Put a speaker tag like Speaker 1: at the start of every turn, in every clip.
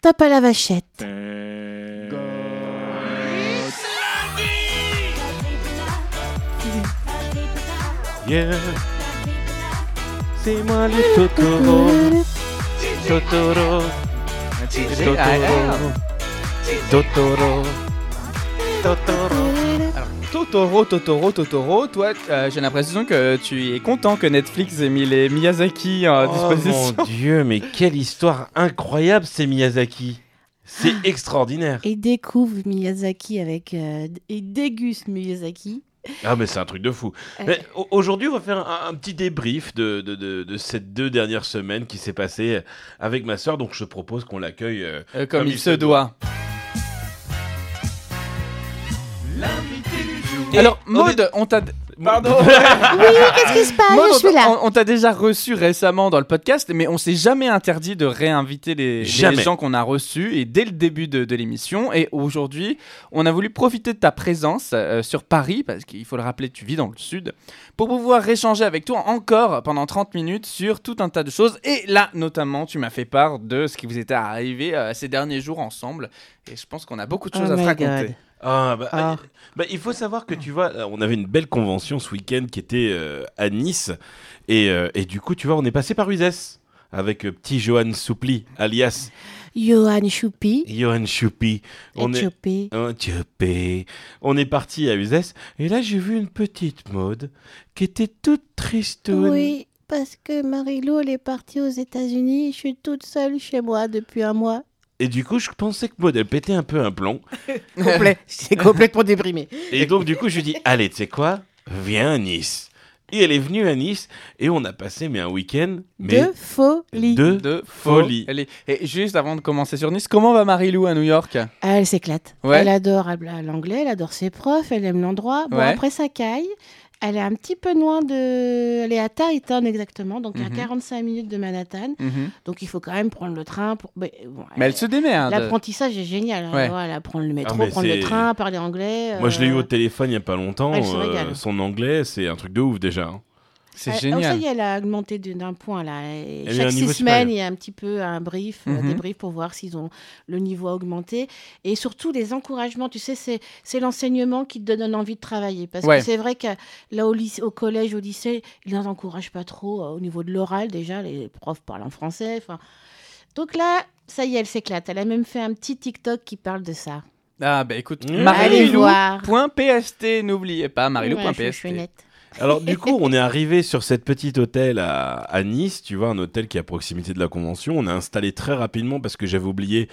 Speaker 1: tape à la vachette.
Speaker 2: Yeah. C'est moi le Totoro. Totoro. Totoro. Totoro. Totoro.
Speaker 3: Totoro, Totoro, Totoro, toi, euh, j'ai l'impression que tu es content que Netflix ait mis les Miyazaki à
Speaker 2: Oh
Speaker 3: disposition.
Speaker 2: mon dieu, mais quelle histoire incroyable c'est Miyazaki. C'est extraordinaire.
Speaker 1: Et découvre Miyazaki avec. euh, et déguste Miyazaki.
Speaker 2: Ah mais c'est un truc de fou.
Speaker 1: Euh,
Speaker 2: Mais au- Aujourd'hui, on va faire un, un petit débrief de, de, de, de ces deux dernières semaines qui s'est passée avec ma sœur. Donc je propose qu'on l'accueille. euh,
Speaker 3: Euh, comme, il, se doit.
Speaker 2: Et
Speaker 3: Alors,
Speaker 2: on
Speaker 3: Maud, on t'a. Pardon
Speaker 1: Qu'est-ce qui se passe
Speaker 3: Maud,
Speaker 1: Ah, Je suis
Speaker 3: on-
Speaker 1: là.
Speaker 3: on- on t'a déjà reçu récemment dans le podcast, mais on s'est jamais interdit de réinviter les, les
Speaker 2: Jamais.
Speaker 3: gens qu'on a reçus, et dès le début de, de l'émission. Et aujourd'hui, on a voulu profiter de ta présence euh, sur Paris, parce qu'il faut le rappeler, tu vis dans le sud, pour pouvoir échanger avec toi encore pendant 30 minutes sur tout un tas de choses. Et là, notamment, tu m'as fait part de ce qui vous était arrivé euh, ces derniers jours ensemble. Et je pense qu'on a beaucoup de
Speaker 1: Oh
Speaker 3: choses à
Speaker 1: my
Speaker 3: te raconter.
Speaker 1: God.
Speaker 2: Ah, bah,
Speaker 1: Ah.
Speaker 2: il- bah, il faut savoir que tu vois, euh, on avait une belle convention ce week-end qui était euh, à Nice. Et, euh, et du coup, tu vois, on est passé par Uzès avec euh, petit Johan Soupli, alias
Speaker 1: Johan Choupi.
Speaker 2: Johan Choupi. On est...
Speaker 1: Choupi.
Speaker 2: Oh, Choupi. On est parti à Uzès. Et là, j'ai vu une petite mode qui était toute tristoune.
Speaker 1: Oui, parce que Marilou, elle est partie aux États-Unis. Je suis toute seule chez moi depuis un mois.
Speaker 2: Et du coup, je pensais que Maud, elle pétait un peu un plomb.
Speaker 1: Complet. J'étais complètement déprimée.
Speaker 2: Et donc, du coup, je lui dis Allez, tu sais quoi Viens à Nice. Et elle est venue à Nice. Et on a passé mais un week-end. Mais
Speaker 1: De folie.
Speaker 2: de
Speaker 3: De
Speaker 2: folie.
Speaker 3: Allez. Et juste avant de commencer sur Nice, comment va Marie-Lou à New York
Speaker 1: Ah, Elle s'éclate.
Speaker 3: Ouais.
Speaker 1: Elle adore elle- elle- l'anglais, elle adore ses profs, elle aime l'endroit. Bon,
Speaker 3: Ouais.
Speaker 1: après, ça caille. Elle est un petit peu loin de. Elle est à Tarleton exactement, donc à
Speaker 3: Mhm.
Speaker 1: 45 minutes de Manhattan.
Speaker 3: Mhm.
Speaker 1: Donc il faut quand même prendre le train. Pour... Mais, bon,
Speaker 3: Mais elle se hein, démerde.
Speaker 1: L'apprentissage est génial. hein.
Speaker 3: Ouais.
Speaker 1: Voilà, prendre le métro,
Speaker 2: Ah, mais
Speaker 1: prendre le
Speaker 2: c'est-
Speaker 1: train, parler anglais.
Speaker 2: Moi, je l'ai eu
Speaker 1: euh,
Speaker 2: au téléphone il n'y a pas longtemps.
Speaker 1: elle Ah, se
Speaker 2: euh,
Speaker 1: régale.
Speaker 2: son anglais, c'est un truc de ouf déjà. hein.
Speaker 3: C'est
Speaker 1: Elle- oh, ça
Speaker 3: génial.
Speaker 1: y est, elle a augmenté de- d'un point là. Et
Speaker 2: Elle est à un
Speaker 1: chaque six
Speaker 2: niveau
Speaker 1: semaines, il y a un petit peu un brief, euh,
Speaker 3: Mhm.
Speaker 1: des briefs pour voir s'ils ont le niveau augmenté. Et surtout les encouragements. Tu sais, c'est c'est l'enseignement qui te donne envie de travailler. Parce
Speaker 3: Ouais.
Speaker 1: que c'est vrai que là au, lyc- au collège, au lycée, ils les encouragent pas trop euh, au niveau de l'oral déjà. Les profs parlent en français. enfin. Donc là, ça y est, elle s'éclate. Elle a même fait un petit TikTok qui parle de ça.
Speaker 3: Ah bah écoute,
Speaker 2: Mmh.
Speaker 1: Allez
Speaker 3: Marilou.
Speaker 1: voir.
Speaker 3: Point PST, n'oubliez pas,
Speaker 1: Ouais, je suis- je
Speaker 3: marilou.pst.
Speaker 1: suis nette.
Speaker 2: Alors, du coup, on est arrivé sur cette petite hôtel à, à Nice. Tu vois, un hôtel qui est à proximité de la convention. On a installé très rapidement parce que j'avais oublié la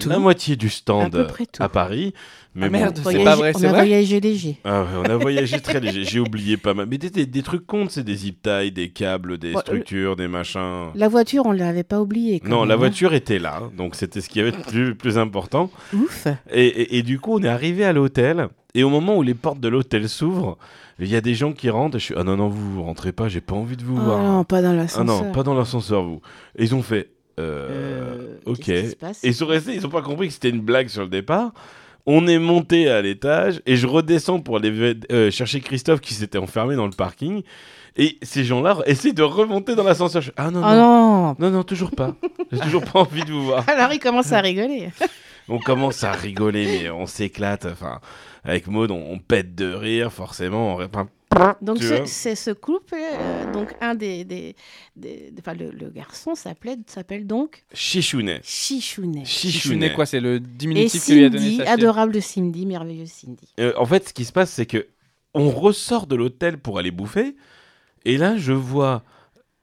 Speaker 3: Tout.
Speaker 2: moitié du
Speaker 1: À
Speaker 2: stand
Speaker 1: peu près tout.
Speaker 2: à Paris. Mais
Speaker 3: Ah,
Speaker 2: bon.
Speaker 3: merde. C'est pas
Speaker 1: Voyager-
Speaker 3: vrai,
Speaker 1: on
Speaker 3: c'est
Speaker 1: a
Speaker 3: vrai
Speaker 1: voyagé léger.
Speaker 2: Ah ouais, on a voyagé très léger. J'ai oublié pas mal. Mais des, des- des trucs comptes, c'est des zip ties, des câbles, des
Speaker 1: Ouais,
Speaker 2: structures, des machins.
Speaker 1: La voiture, on l'avait pas oubliée. quand
Speaker 2: Non,
Speaker 1: même,
Speaker 2: la
Speaker 1: hein.
Speaker 2: voiture était là, donc c'était ce qui avait de plus, plus important.
Speaker 1: Ouf.
Speaker 2: Et, et- et du coup, on est arrivé à l'hôtel, et au moment où les portes de l'hôtel s'ouvrent, il y a des gens qui rentrent. et Je suis ah non non vous, vous rentrez pas, j'ai pas envie de vous
Speaker 1: Ah
Speaker 2: voir.
Speaker 1: non, pas dans
Speaker 2: ah
Speaker 1: l'ascenseur.
Speaker 2: non, pas dans l'ascenseur vous. Et ils ont fait euh,
Speaker 1: Euh,
Speaker 2: ok.
Speaker 1: qu'est-ce qui se
Speaker 2: Et
Speaker 1: passe
Speaker 2: ils sont restés, ils ont pas compris que c'était une blague sur le départ. On est monté à l'étage et je redescends pour aller euh, chercher Christophe qui s'était enfermé dans le parking. Et ces gens-là essaient de remonter dans l'ascenseur. Je fais, Ah non,
Speaker 1: Oh
Speaker 2: non,
Speaker 1: non
Speaker 2: non, non, toujours pas. J'ai toujours pas envie de vous voir.
Speaker 1: Alors il commence à rigoler.
Speaker 2: On commence à rigoler, mais on s'éclate. Enfin, avec Maud, on, on pète de rire, forcément. on- enfin,
Speaker 1: Donc
Speaker 2: Tu
Speaker 1: ce,
Speaker 2: vois.
Speaker 1: c'est ce couple, euh, donc un des, des, des- enfin le, le garçon s'appelait s'appelle donc
Speaker 2: chichounet.
Speaker 1: Chichounet.
Speaker 3: Chichounet, quoi, c'est le
Speaker 1: Et
Speaker 3: diminutif que lui a donné
Speaker 1: Cindy,
Speaker 3: sa fille.
Speaker 1: adorable Cindy, merveilleux Cindy.
Speaker 2: Euh, en fait, ce qui se passe, c'est que on ressort de l'hôtel pour aller bouffer. Et là, je vois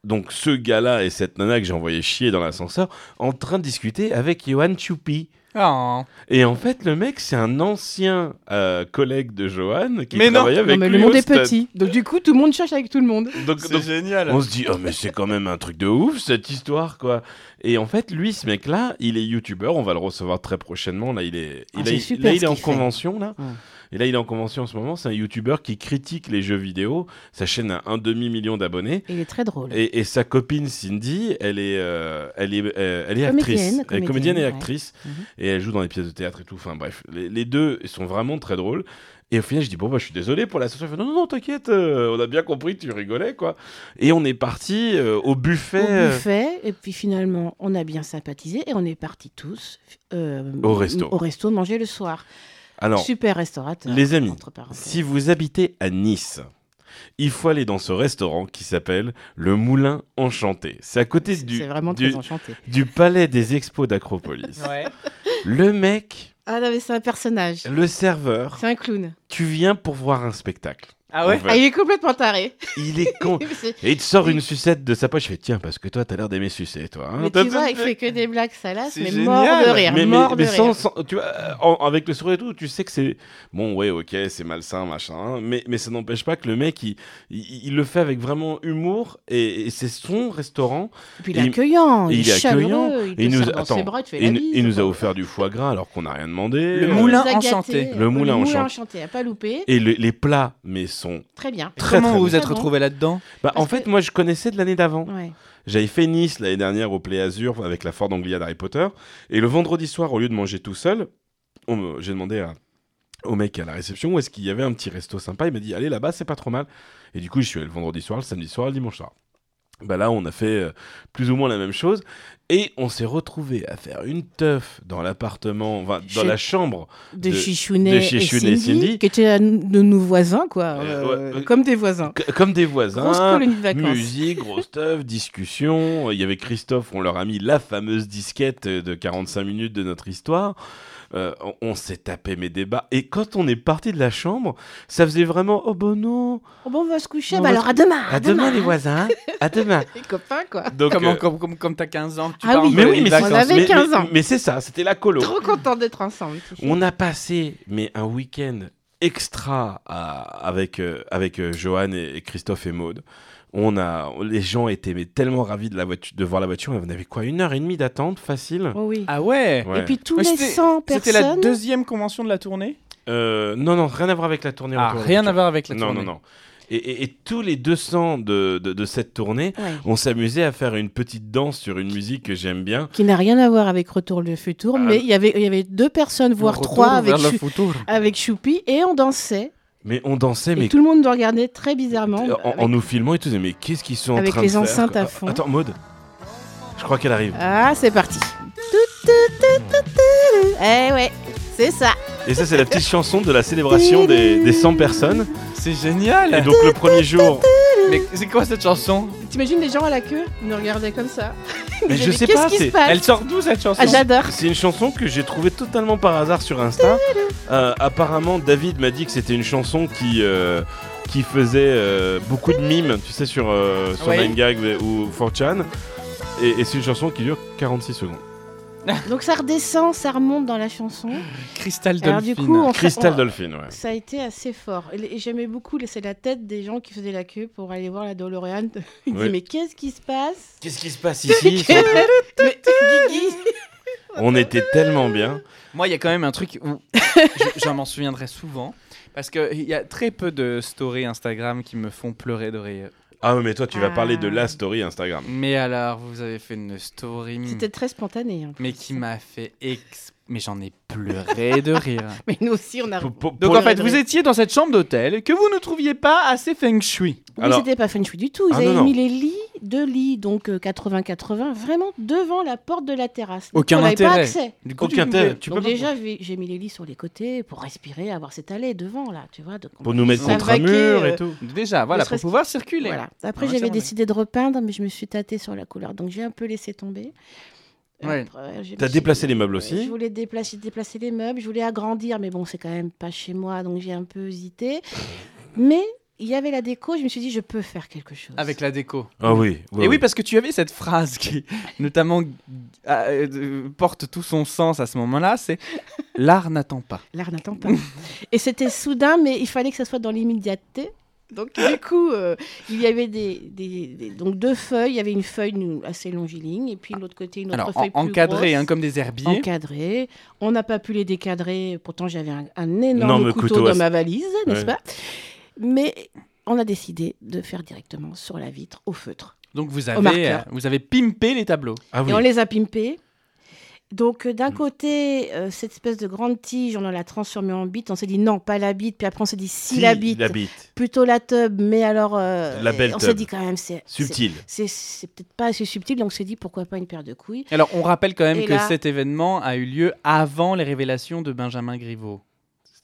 Speaker 2: donc ce gars-là et cette nana que j'ai envoyé chier dans l'ascenseur en train de discuter avec Johan Choupi.
Speaker 3: Oh.
Speaker 2: Et en fait, le mec, c'est un ancien euh, collègue de Johan qui
Speaker 3: Mais non.
Speaker 2: travaillait avec
Speaker 1: non mais
Speaker 2: lui
Speaker 1: le monde
Speaker 2: au
Speaker 1: est
Speaker 2: stade.
Speaker 1: petit, donc du coup tout le monde cherche avec tout le monde.
Speaker 2: Donc- donc,
Speaker 3: génial.
Speaker 2: On se dit, oh, mais c'est quand même un truc de ouf cette histoire, quoi. Et en fait, lui, ce mec-là, il est youtubeur, on va le recevoir très prochainement. Là, il est,
Speaker 1: Ah,
Speaker 2: il
Speaker 1: c'est
Speaker 2: a-
Speaker 1: super
Speaker 2: là,
Speaker 1: ce
Speaker 2: il est en
Speaker 1: qu'il fait.
Speaker 2: convention, là.
Speaker 1: Ouais.
Speaker 2: Et là, il est en convention en ce moment. C'est un youtubeur qui critique les jeux vidéo. Sa chaîne a un demi-million d'abonnés.
Speaker 1: Il est très drôle.
Speaker 2: Et, et sa copine Cindy, elle est, euh, elle est, euh, elle est
Speaker 1: Comédienne,
Speaker 2: actrice. Elle est
Speaker 1: comédienne,
Speaker 2: comédienne et
Speaker 1: ouais.
Speaker 2: actrice.
Speaker 1: Mhm.
Speaker 2: et elle joue dans des pièces de théâtre et tout. Enfin bref, les, les deux sont vraiment très drôles. Et au final, je dis bon bah je suis désolé pour la situation. Elle fait, Non non, non t'inquiète, euh, on a bien compris, tu rigolais quoi. Et on est parti euh, au buffet,
Speaker 1: Au
Speaker 2: euh,
Speaker 1: buffet, et puis finalement, on a bien sympathisé et on est partis tous euh,
Speaker 2: Au resto.
Speaker 1: Au resto manger le soir.
Speaker 2: Alors
Speaker 1: Super restaurateur.
Speaker 2: les amis,
Speaker 1: entre parenthèses.
Speaker 2: Si vous habitez à Nice, il faut aller dans ce restaurant qui s'appelle le Moulin Enchanté. C'est à côté
Speaker 1: C'est-
Speaker 2: du,
Speaker 1: C'est vraiment
Speaker 2: du,
Speaker 1: très enchanté.
Speaker 2: du palais des expos d'Acropolis.
Speaker 3: Ouais.
Speaker 2: Le mec,
Speaker 1: Ah non, mais c'est un personnage.
Speaker 2: le serveur,
Speaker 1: C'est un clown.
Speaker 2: tu viens pour voir un spectacle.
Speaker 3: Ah ouais
Speaker 2: En fait,
Speaker 1: Ah, il est complètement taré.
Speaker 2: il est con.
Speaker 1: C'est-
Speaker 2: Et il te sort une sucette de sa poche. Il fait Tiens, parce que toi, t'as l'air d'aimer sucer, toi. hein.
Speaker 1: mais
Speaker 2: T'as-
Speaker 1: tu vois, il fait que des blagues salaces,
Speaker 3: C'est
Speaker 1: mais
Speaker 3: génial.
Speaker 1: mort de rire.
Speaker 2: mais, mais-
Speaker 1: mort
Speaker 2: mais
Speaker 1: de
Speaker 2: sans,
Speaker 1: rire.
Speaker 2: sans- tu vois, euh, en- avec le sourire et tout, tu sais que c'est bon, ouais, ok, c'est malsain, machin, hein, mais, mais ça n'empêche pas que le mec il, il- il le fait avec vraiment humour et, et c'est son restaurant.
Speaker 1: Et puis il est
Speaker 2: il-
Speaker 1: accueillant, il,
Speaker 2: il est
Speaker 1: est
Speaker 2: accueillant,
Speaker 1: chaleureux, il te
Speaker 2: et il nous
Speaker 1: serre
Speaker 2: a-
Speaker 1: dans ses
Speaker 2: attends,
Speaker 1: bras, tu fais
Speaker 2: Et
Speaker 1: la
Speaker 2: il,
Speaker 1: bise.
Speaker 2: il nous a offert du foie gras alors qu'on n'a rien demandé.
Speaker 3: Le
Speaker 2: Euh,
Speaker 1: Il nous
Speaker 3: moulin
Speaker 1: a gâtés.
Speaker 3: enchanté.
Speaker 2: Le moulin enchanté.
Speaker 1: enchanté, à pas louper.
Speaker 2: Et le- les plats, mais sont.
Speaker 1: Très bien.
Speaker 2: Très,
Speaker 3: Comment
Speaker 2: très
Speaker 3: vous
Speaker 2: bon.
Speaker 3: vous êtes
Speaker 1: Très bon.
Speaker 3: retrouvé là-dedans
Speaker 2: Bah, en
Speaker 1: Parce
Speaker 2: fait,
Speaker 1: que-
Speaker 2: moi je connaissais de l'année d'avant.
Speaker 1: Ouais.
Speaker 2: J'avais fait Nice l'année dernière au Play Azur avec la Ford Anglia d'Harry Potter. Et le vendredi soir, au lieu de manger tout seul, on me- j'ai demandé à- au mec à la réception où est-ce qu'il y avait un petit resto sympa. Il m'a dit Allez là-bas, c'est pas trop mal. Et du coup, je suis allé le vendredi soir, le samedi soir, le dimanche soir. Bah là, on a fait euh, plus ou moins la même chose. Et on s'est retrouvé à faire une teuf dans l'appartement, enfin, dans
Speaker 1: Chez-
Speaker 2: la chambre.
Speaker 1: De,
Speaker 2: De-
Speaker 1: Chichounet,
Speaker 2: de
Speaker 1: et
Speaker 2: Chichounet et
Speaker 1: Cindy,
Speaker 2: Cindy.
Speaker 1: qui étaient à n- de nos voisins, quoi.
Speaker 2: Euh,
Speaker 1: euh,
Speaker 2: ouais, euh,
Speaker 1: comme des voisins.
Speaker 2: c- Comme des voisins.
Speaker 1: Grosse colonie de vacances.
Speaker 2: Musique, grosse teuf, discussion. Il y avait Christophe, on leur a mis la fameuse disquette de 45 minutes de notre histoire. Euh, on- on s'est tapé mes débats. Et quand on est parti de la chambre, ça faisait vraiment Oh bon non
Speaker 1: Oh, bon, on va se coucher,
Speaker 2: On
Speaker 1: bah
Speaker 2: va
Speaker 1: alors à demain.
Speaker 2: À demain, les voisins À demain
Speaker 1: Les copains, quoi.
Speaker 2: Donc,
Speaker 3: comme,
Speaker 2: euh,
Speaker 3: comme, comme, comme t'as 15 ans, que tu
Speaker 1: Ah
Speaker 3: pars en
Speaker 1: oui.
Speaker 2: Mais oui,
Speaker 3: colonie
Speaker 2: mais
Speaker 3: de
Speaker 2: c'est
Speaker 1: On
Speaker 3: vacances.
Speaker 1: avait
Speaker 2: mais-
Speaker 1: 15
Speaker 2: mais-
Speaker 1: ans.
Speaker 2: mais c'est ça, c'était la colo.
Speaker 1: Trop content d'être ensemble.
Speaker 2: On a passé mais un week-end extra à- avec, euh, avec euh, Johan et, et Christophe et Maude. On a, les gens étaient mais, tellement ravis de, la voiture, de voir la voiture. On avait quoi Une heure et demie d'attente, facile
Speaker 1: Oh oui.
Speaker 3: Ah ouais
Speaker 2: Ouais.
Speaker 1: Et puis tous
Speaker 3: Mais
Speaker 1: les
Speaker 3: c'était-
Speaker 1: 100
Speaker 3: C'était la
Speaker 1: personnes.
Speaker 3: deuxième convention de la tournée
Speaker 2: Euh, non, non, rien à voir avec la tournée.
Speaker 3: Ah,
Speaker 2: autour de la
Speaker 3: rien à
Speaker 2: voiture.
Speaker 3: voir avec la
Speaker 2: Non,
Speaker 3: tournée.
Speaker 2: non, non. Et, et- et tous les 200 de, de, de cette tournée,
Speaker 1: Ouais.
Speaker 2: on s'amusait à faire une petite danse sur une musique que j'aime bien.
Speaker 1: Qui n'a rien à voir avec Retour le futur,
Speaker 2: Ah.
Speaker 1: mais il y avait- il y avait deux personnes, voire trois, avec, Chou-
Speaker 3: futur.
Speaker 1: avec Choupi, et on dansait.
Speaker 2: Mais on dansait,
Speaker 1: Et
Speaker 2: Eh, mais Euh,
Speaker 1: tout le monde nous regardait très bizarrement.
Speaker 2: en, en
Speaker 1: avec-
Speaker 2: nous filmant, ils te disaient, mais qu'est-ce qu'ils sont en
Speaker 1: Avec
Speaker 2: train
Speaker 1: les
Speaker 2: de faire
Speaker 1: enceintes à
Speaker 2: quoi
Speaker 1: fond.
Speaker 2: Attends, Maude, je crois qu'elle arrive.
Speaker 1: Ah, c'est parti. Tout, tout, tout, tout, tout. Eh ouais, c'est ça.
Speaker 2: Et ça, c'est la petite chanson de la célébration des, des 100 personnes.
Speaker 3: C'est
Speaker 2: Et
Speaker 3: génial
Speaker 2: donc, le premier jour,
Speaker 3: Mais c'est quoi cette chanson
Speaker 1: T'imagines les gens à la queue Ils nous regardaient comme ça.
Speaker 2: Mais je
Speaker 1: Ils disaient,
Speaker 2: sais pas,
Speaker 1: Qu'est-ce qui
Speaker 2: c'est-
Speaker 1: se passe
Speaker 3: Elle sort d'où cette chanson
Speaker 1: Ah, j'adore.
Speaker 2: c'est une chanson que j'ai trouvée totalement par hasard sur Insta. Euh, apparemment, David m'a dit que c'était une chanson qui, euh, qui faisait euh, beaucoup de mimes, tu sais, sur, euh, sur
Speaker 3: Ouais.
Speaker 2: 9gag ou 4chan. Et, et c'est une chanson qui dure 46 secondes.
Speaker 1: Donc ça redescend, ça remonte dans la chanson.
Speaker 3: Crystal
Speaker 1: Alors
Speaker 3: Dolphin.
Speaker 1: du coup, on
Speaker 2: Crystal
Speaker 1: on-
Speaker 2: Dolphin, ouais.
Speaker 1: Ça a été assez fort. Et les- et J'aimais beaucoup laisser la tête des gens qui faisaient la queue pour aller voir la DeLorean. Ils disaient
Speaker 2: Oui.
Speaker 1: mais qu'est-ce qui se passe
Speaker 2: Qu'est-ce qui se passe ici
Speaker 1: Mais- Guigui
Speaker 2: Hmm. On était tellement bien.
Speaker 3: Moi, il y a quand même un truc où je, je m'en souviendrai souvent. Parce qu'il y a très peu de stories Instagram qui me font pleurer d'oreille.
Speaker 2: Ah, mais toi, tu vas
Speaker 1: Ah.
Speaker 2: parler de la story Instagram.
Speaker 3: Mais alors, vous avez fait une story. hmm,
Speaker 1: C'était très spontané. hein.
Speaker 3: Mais qui m'a fait ex. Mais j'en ai pleuré de rire.
Speaker 1: Mais nous aussi on a.
Speaker 2: Pour- pour-
Speaker 3: Ah. Donc
Speaker 2: pour-
Speaker 3: en fait, vous étiez dans cette chambre d'hôtel que vous ne trouviez pas assez feng shui.
Speaker 1: Oui,
Speaker 2: Alors-
Speaker 1: c'était pas feng shui du tout. Ils
Speaker 2: Ah,
Speaker 1: avaient
Speaker 2: non, non.
Speaker 1: mis les lits, deux lits, donc euh, 80-80, vraiment devant la porte de la terrasse. Donc,
Speaker 3: Aucun
Speaker 1: on n'avait pas
Speaker 3: intérêt.
Speaker 1: accès.
Speaker 3: Du coup,
Speaker 2: Aucun
Speaker 3: tu-
Speaker 2: tel. Tu peux
Speaker 1: donc
Speaker 2: pas-
Speaker 1: déjà, j'ai j'ai mis les lits sur les côtés pour respirer, avoir cette allée devant là, tu vois. Donc, on-
Speaker 2: Pour nous mettre
Speaker 1: Ça
Speaker 2: contre un
Speaker 1: vaquait,
Speaker 2: mur et
Speaker 1: euh,
Speaker 2: tout.
Speaker 3: Déjà, voilà, pour
Speaker 1: serait-ce
Speaker 3: pouvoir circuler.
Speaker 1: Voilà. Après,
Speaker 3: Ouais, c'est
Speaker 1: j'avais
Speaker 3: vrai.
Speaker 1: décidé de repeindre, mais je me suis tâtée sur la couleur, donc j'ai un peu laissé tomber.
Speaker 3: Ouais.
Speaker 1: Après, je me
Speaker 2: T'as
Speaker 1: suis-
Speaker 2: déplacé les meubles
Speaker 1: Ouais,
Speaker 2: aussi.
Speaker 1: Je voulais déplacer, déplacer les meubles, je voulais agrandir, mais bon, c'est quand même pas chez moi, donc j'ai un peu hésité. Mais il y avait la déco, je me suis dit, je peux faire quelque chose.
Speaker 3: Avec la déco.
Speaker 2: Ah oui.
Speaker 3: Et oui, parce que tu avais cette phrase qui, notamment, euh, euh, porte tout son sens à ce moment-là, c'est « L'art n'attend pas
Speaker 1: L'art n'attend pas. et c'était soudain, mais il fallait que ça soit dans l'immédiateté. Donc,
Speaker 3: Ah.
Speaker 1: du coup, euh, il y avait des, des- des- donc deux feuilles. Il y avait une feuille nous, assez longiligne et puis de l'autre côté, ». une autre
Speaker 3: Alors, en-
Speaker 1: feuille plus
Speaker 3: encadré,
Speaker 1: grosse,
Speaker 3: hein, comme des herbiers.
Speaker 1: encadrée. On n'a pas pu les décadrer. Pourtant, j'avais un, un énorme
Speaker 2: Énorme
Speaker 1: couteau,
Speaker 2: couteau à-
Speaker 1: dans ma valise, n'est-ce
Speaker 2: Ouais.
Speaker 1: pas Mais on a décidé de faire directement sur la vitre, au feutre.
Speaker 3: Donc, vous
Speaker 1: marqueur.
Speaker 3: avez, euh, vous avez pimpé les tableaux.
Speaker 2: Ah oui. Mm.
Speaker 1: Et on les a pimpés. Donc euh, d'un côté, euh, cette espèce de grande tige, on l'a transformée en bite. On s'est dit non, pas la bite. Puis après, on s'est dit si, la bite, plutôt la tub. Mais alors, euh,
Speaker 2: La belle
Speaker 1: on s'est
Speaker 2: tub.
Speaker 1: dit quand même, c'est c'est-
Speaker 2: Subtil.
Speaker 1: c'est- c'est peut-être pas assez subtil. Donc on s'est dit pourquoi pas une paire de couilles.
Speaker 3: Alors, on rappelle quand même
Speaker 1: Et
Speaker 3: que
Speaker 1: là-
Speaker 3: cet événement a eu lieu avant les révélations de Benjamin Griveaux.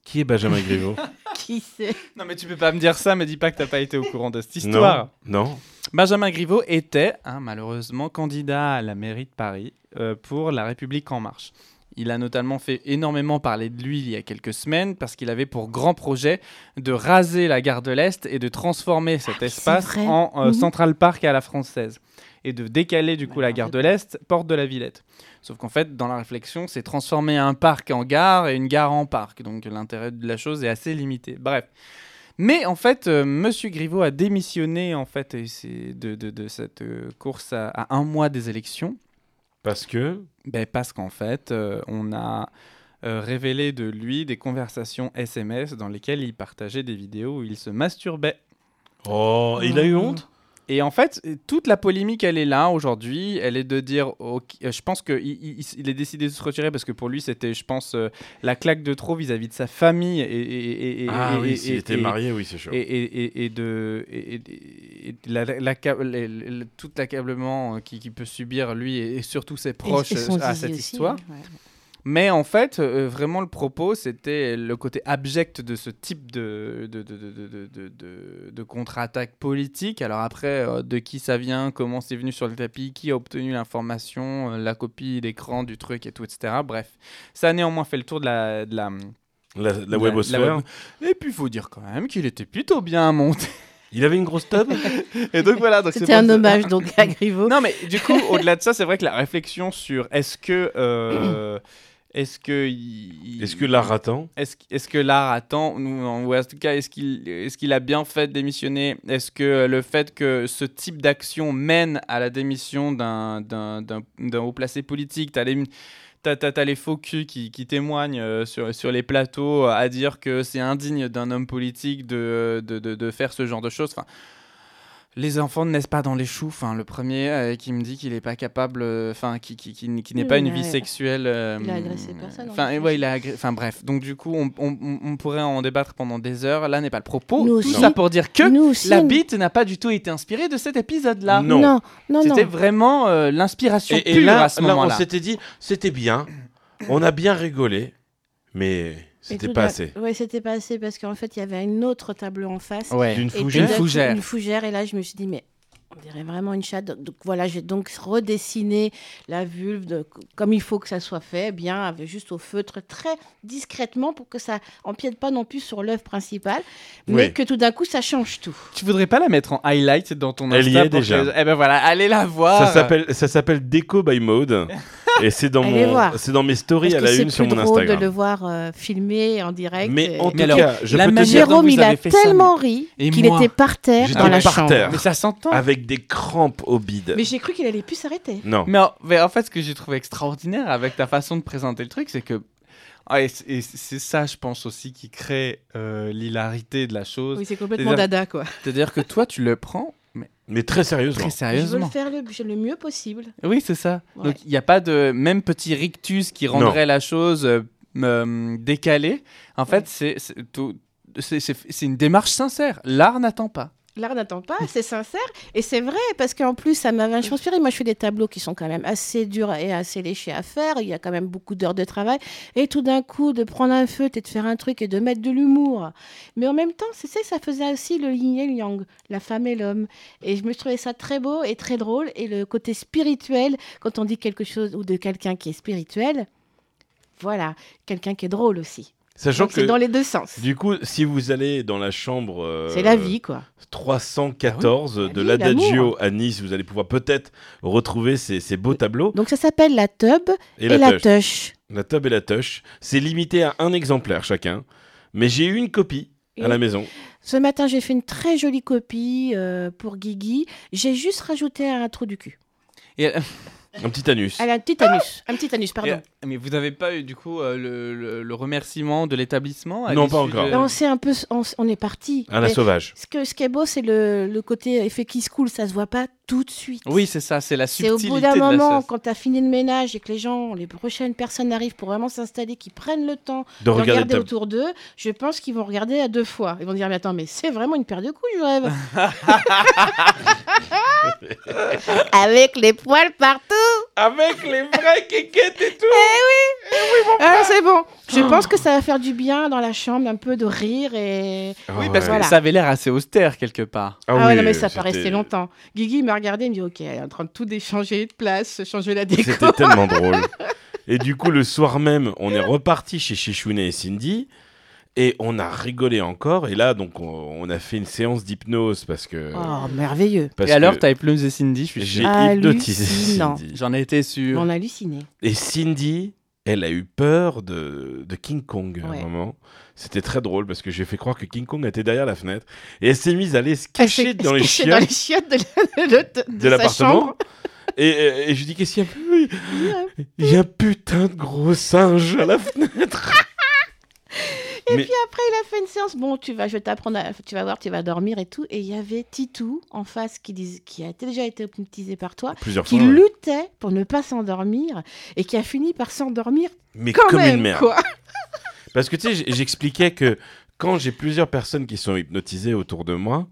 Speaker 2: Qui est Benjamin Griveaux
Speaker 1: Qui sait
Speaker 3: Non, mais tu peux pas me dire ça, mais dis pas que t'as pas été au courant de cette histoire.
Speaker 2: Non. Non.
Speaker 3: Benjamin Griveaux était, hein, malheureusement, candidat à la mairie de Paris euh, pour La République En Marche. Il a notamment fait énormément parler de lui il y a quelques semaines parce qu'il avait pour grand projet de raser la gare de l'Est et de transformer cet
Speaker 1: oui,
Speaker 3: espace
Speaker 1: Ah, c'est vrai.
Speaker 3: en euh,
Speaker 1: Mhm.
Speaker 3: Central Park à la française et de décaler du coup
Speaker 1: Ouais,
Speaker 3: la gare de l'Est, porte de la Villette. Sauf qu'en fait, dans la réflexion, c'est transformer un parc en gare et une gare en parc. Donc l'intérêt de la chose est assez limité. Bref. Mais en fait, euh, Monsieur Griveaux a démissionné en fait et c'est de, de- de cette euh, course à- à un mois des élections.
Speaker 2: Parce que.
Speaker 3: Ben, parce qu'en fait, euh, on a euh, révélé de lui des conversations SMS dans lesquelles il partageait des vidéos où il se masturbait.
Speaker 2: Oh, il a eu honte
Speaker 3: Et en fait, toute la polémique, elle est là aujourd'hui. Elle est de dire, ok, euh, je pense qu'il il, il- il est décidé de se retirer parce que pour lui, c'était, je pense, euh, la claque de trop vis-à-vis de sa famille. Et, et- et- et-
Speaker 2: Ah
Speaker 3: et-
Speaker 2: oui,
Speaker 3: et-
Speaker 2: s'il
Speaker 3: et-
Speaker 2: était
Speaker 3: et-
Speaker 2: marié, oui, c'est chaud.
Speaker 3: et, et- et- et de et- et- et la, la- la- la- la- tout l'accablement euh, qui, qui peut subir lui et, et surtout ses proches
Speaker 1: Et- et son
Speaker 3: euh, à
Speaker 1: zizi
Speaker 3: cette
Speaker 1: aussi,
Speaker 3: histoire.
Speaker 1: ouais.
Speaker 3: Mais en fait, euh, vraiment, le propos, c'était le côté abject de ce type de, de, de, de- de- de- de- de contre-attaque politique. Alors après, euh, de qui ça vient, comment c'est venu sur le tapis, qui a obtenu l'information, euh, la copie d'écran du truc et tout, etc. Bref, ça a néanmoins fait le tour de la... De la
Speaker 2: La, la
Speaker 3: de la-
Speaker 2: webosphère.
Speaker 3: de la web- Et puis, il faut dire quand même qu'il était plutôt bien monté.
Speaker 2: Il avait une grosse tub
Speaker 3: Et donc voilà, donc c'est
Speaker 1: C'était
Speaker 3: pour
Speaker 1: un
Speaker 3: ça-
Speaker 1: hommage donc à Griveaux.
Speaker 3: Non, mais du coup, au-delà de ça, c'est vrai que la réflexion sur est-ce que... euh, Est-ce que, il-
Speaker 2: Est-ce que l'art attend
Speaker 3: Est-ce est que l'art attend ou, ou en tout cas, est-ce qu'il est qu'il a bien fait de démissionner Est-ce que le fait que ce type d'action mène à la démission d'un d'un- d'un- d'un haut placé politique T'as les, t'as- t'as- t'as les faux culs qui, qui témoignent euh, sur, sur les plateaux euh, à dire que c'est indigne d'un homme politique de, de, de- de faire ce genre de choses. Enfin, les enfants ne naissent pas dans les choux. Enfin, le premier euh, qui me dit qu'il n'est pas capable, euh, enfin, qui, qui, qui, qui n'est
Speaker 1: Oui,
Speaker 3: pas
Speaker 1: il
Speaker 3: une vie
Speaker 1: a-
Speaker 3: sexuelle. euh,
Speaker 1: il a agressé personne, en
Speaker 3: Enfin,
Speaker 1: fait.
Speaker 3: ouais, il a agré- Enfin, bref. Donc, du coup, on, on- on- on pourrait en débattre pendant des heures. Là n'est pas le propos.
Speaker 1: Nous
Speaker 3: Tout
Speaker 1: aussi.
Speaker 3: ça pour dire que
Speaker 1: Nous aussi,
Speaker 3: la
Speaker 1: nous-
Speaker 3: bite n'a pas du tout été inspirée de cet épisode-là.
Speaker 2: Non.
Speaker 1: Non, non, non.
Speaker 3: C'était vraiment euh, l'inspiration
Speaker 2: Et, et
Speaker 3: pure
Speaker 2: là,
Speaker 3: à ce
Speaker 2: là, on
Speaker 3: moment-là.
Speaker 2: s'était dit, c'était bien, on a bien rigolé, mais
Speaker 1: Et
Speaker 2: c'était
Speaker 1: tout
Speaker 2: pas
Speaker 1: la-
Speaker 2: assez.
Speaker 1: Ouais, c'était pas assez parce qu'en fait, il y avait un autre tableau en face.
Speaker 3: Ouais.
Speaker 2: D'une
Speaker 1: Et
Speaker 2: fougère
Speaker 1: puis, d'un coup,
Speaker 3: Oh, Fougère.
Speaker 1: Une fougère. Et là, je me suis dit, mais on dirait vraiment une chatte. Donc, donc voilà, j'ai donc redessiné la vulve de- comme il faut que ça soit fait, bien, avec, juste au feutre, très discrètement pour que ça empiète pas non plus sur l'œuvre principale, mais
Speaker 2: Oui.
Speaker 1: que tout d'un coup, ça change tout.
Speaker 3: Tu voudrais pas la mettre en highlight dans ton
Speaker 2: Elle
Speaker 3: Insta
Speaker 2: y est
Speaker 3: pour que-
Speaker 2: déjà.
Speaker 3: Eh ben voilà, allez la voir.
Speaker 2: Ça s'appelle, ça s'appelle Deco by Mode. et c'est dans
Speaker 1: Allez
Speaker 2: mon,
Speaker 1: voir.
Speaker 2: c'est dans mes stories
Speaker 1: Parce
Speaker 2: à
Speaker 1: que
Speaker 2: la
Speaker 1: c'est
Speaker 2: une sur
Speaker 1: plus
Speaker 2: mon
Speaker 1: drôle de le
Speaker 2: Instagram.
Speaker 1: voir euh, filmer en direct. euh,
Speaker 2: euh, Mais
Speaker 1: et-
Speaker 2: en tout
Speaker 3: Mais alors,
Speaker 2: cas, je
Speaker 3: la
Speaker 2: peux te
Speaker 3: manière-
Speaker 2: dire,
Speaker 3: dont
Speaker 1: Jérôme,
Speaker 3: vous
Speaker 1: il a
Speaker 3: avez fait ça,
Speaker 1: tellement ri
Speaker 3: Et
Speaker 1: qu'il
Speaker 3: moi
Speaker 1: était par terre
Speaker 2: J'étais
Speaker 1: dans la
Speaker 2: par
Speaker 1: chambre.
Speaker 2: terre.
Speaker 3: Mais ça s'entend.
Speaker 2: avec des crampes au bide.
Speaker 1: Mais j'ai cru qu'il allait plus s'arrêter.
Speaker 2: Non.
Speaker 3: Mais en, mais en fait, ce que j'ai trouvé extraordinaire avec ta façon de présenter le truc, c'est que. Ah, et c'est- et c'est ça, je pense aussi, qui crée euh, l'hilarité de la chose.
Speaker 1: Oui, c'est
Speaker 3: Les
Speaker 1: complètement
Speaker 3: am-
Speaker 1: dada, quoi.
Speaker 3: C'est-à-dire que toi, tu le prends, mais
Speaker 2: Mais très sérieusement.
Speaker 3: très
Speaker 1: Je veux le
Speaker 3: sérieusement.
Speaker 1: faire le, le mieux possible.
Speaker 3: Oui, c'est ça.
Speaker 1: Ouais.
Speaker 3: Donc, il n'y a pas de même petit rictus qui
Speaker 2: Non.
Speaker 3: rendrait la chose euh, euh, décalée. En fait,
Speaker 1: Ouais.
Speaker 3: c'est c'est tout- c'est- c'est c'est une démarche sincère. L'art n'attend pas.
Speaker 1: L'art n'attend pas, c'est sincère. Et c'est vrai, parce qu'en plus, ça m'a vachement inspiré. Moi, je fais des tableaux qui sont quand même assez durs et assez léchés à faire. Il y a quand même beaucoup d'heures de travail. Et tout d'un coup, de prendre un feu et de faire un truc et de mettre de l'humour. Mais en même temps, c'est ça, ça faisait aussi le yin et le yang, la femme et l'homme. Et je me trouvais ça très beau et très drôle. Et le côté spirituel, quand on dit quelque chose ou de quelqu'un qui est spirituel, voilà, quelqu'un qui est drôle aussi.
Speaker 2: Sachant
Speaker 1: Donc,
Speaker 2: que,
Speaker 1: c'est dans les deux sens.
Speaker 2: du coup, si vous allez dans la chambre. euh,
Speaker 1: C'est la vie, quoi.
Speaker 2: 314
Speaker 1: Ah oui,
Speaker 2: de
Speaker 1: la vie,
Speaker 2: l'Adagio
Speaker 1: l'amour.
Speaker 2: à Nice, vous allez pouvoir peut-être retrouver ces, ces beaux tableaux.
Speaker 1: Donc, ça s'appelle la tub
Speaker 2: Et,
Speaker 1: et,
Speaker 2: la,
Speaker 1: la
Speaker 2: tuche.
Speaker 1: tush.
Speaker 2: La tub et la tuche. C'est limité à un exemplaire chacun. Mais j'ai eu une copie à
Speaker 1: Et-
Speaker 2: la maison.
Speaker 1: Ce matin, j'ai fait une très jolie copie euh, pour Guigui. J'ai juste rajouté un trou du cul.
Speaker 3: Et,
Speaker 2: Un petit anus.
Speaker 1: Elle a un petit anus. Un petit anus, pardon.
Speaker 3: Ah Et- mais vous n'avez pas eu du coup euh, le, le- le remerciement de l'établissement à
Speaker 2: Non,
Speaker 3: l'issue
Speaker 2: pas encore.
Speaker 3: de-
Speaker 1: Là, on s'est un peu, on, s- on est parti.
Speaker 2: À la
Speaker 1: Mais
Speaker 2: sauvage.
Speaker 1: ce, que, ce qui est beau, c'est le, le côté effet qui se coule. Ça se voit pas tout de suite.
Speaker 3: Oui, c'est ça, c'est la
Speaker 1: C'est au
Speaker 3: subtilité
Speaker 1: bout d'un
Speaker 3: de la
Speaker 1: moment,
Speaker 3: sauce.
Speaker 1: quand tu as fini le ménage et que les gens, les prochaines personnes arrivent pour vraiment s'installer, qui prennent le temps
Speaker 2: De
Speaker 1: de
Speaker 2: regarder,
Speaker 1: regarder,
Speaker 2: le tableau.
Speaker 1: autour d'eux, je pense qu'ils vont regarder à deux fois. Ils vont dire, mais attends, mais c'est vraiment une paire de couilles, je rêve. Avec les poils partout.
Speaker 2: Avec les vraies kékettes et tout
Speaker 1: Ah, c'est bon. Je pense que ça va faire du bien dans la chambre, un peu de rire et...
Speaker 3: Oui, parce que
Speaker 1: Voilà.
Speaker 3: ça avait l'air assez austère quelque part.
Speaker 1: Ah, ouais,
Speaker 2: Ah oui,
Speaker 1: non, mais ça
Speaker 2: c'était-
Speaker 1: paraissait longtemps. Guigui m'a regardé, il me dit, ok, elle est en train de tout déchanger de place, changer la déco.
Speaker 2: C'était euh, tellement drôle. Et du coup, le soir même, on est reparti chez Chichoune et Cindy. Et on a rigolé encore. Et là, donc, on, on a fait une séance d'hypnose parce que.
Speaker 1: Oh, merveilleux.
Speaker 2: parce
Speaker 3: et alors,
Speaker 2: que
Speaker 3: t'avais Plums et Cindy, je suis
Speaker 2: j'ai
Speaker 3: sûr.
Speaker 2: hypnotisé
Speaker 1: Hallucinant.
Speaker 2: Cindy.
Speaker 3: J'en étais sûr.
Speaker 1: On a halluciné.
Speaker 2: Et Cindy, elle a eu peur de, de King Kong à
Speaker 1: Ouais.
Speaker 2: un moment. C'était très drôle parce que j'ai fait croire que King Kong était derrière la fenêtre. Et elle s'est mise à aller se
Speaker 1: Elle
Speaker 2: cacher
Speaker 1: s'est-
Speaker 2: dans les
Speaker 1: elle s'est cachée dans
Speaker 2: chiottes
Speaker 1: les chiottes de la- de, de- de
Speaker 2: de
Speaker 1: sa
Speaker 2: l'appartement.
Speaker 1: chambre.
Speaker 2: Et, et- et je dis qu'est-ce qu'il y a Oui, Il y a un putain de gros singe à la fenêtre.
Speaker 1: Après, il a fait une séance. Bon, tu vas, je vais t'apprendre, à- tu vas voir, tu vas dormir et tout. Et il y avait Titou en face qui, dis- qui a été- déjà été hypnotisé par toi,
Speaker 2: Plusieurs
Speaker 1: qui
Speaker 2: fois. ouais.
Speaker 1: luttait pour ne pas s'endormir et qui a fini par s'endormir
Speaker 2: Mais
Speaker 1: quand
Speaker 2: comme
Speaker 1: même.
Speaker 2: une merde.
Speaker 1: quoi.
Speaker 2: Parce que tu sais, j- j'expliquais que quand j'ai plusieurs personnes qui sont hypnotisées autour de moi,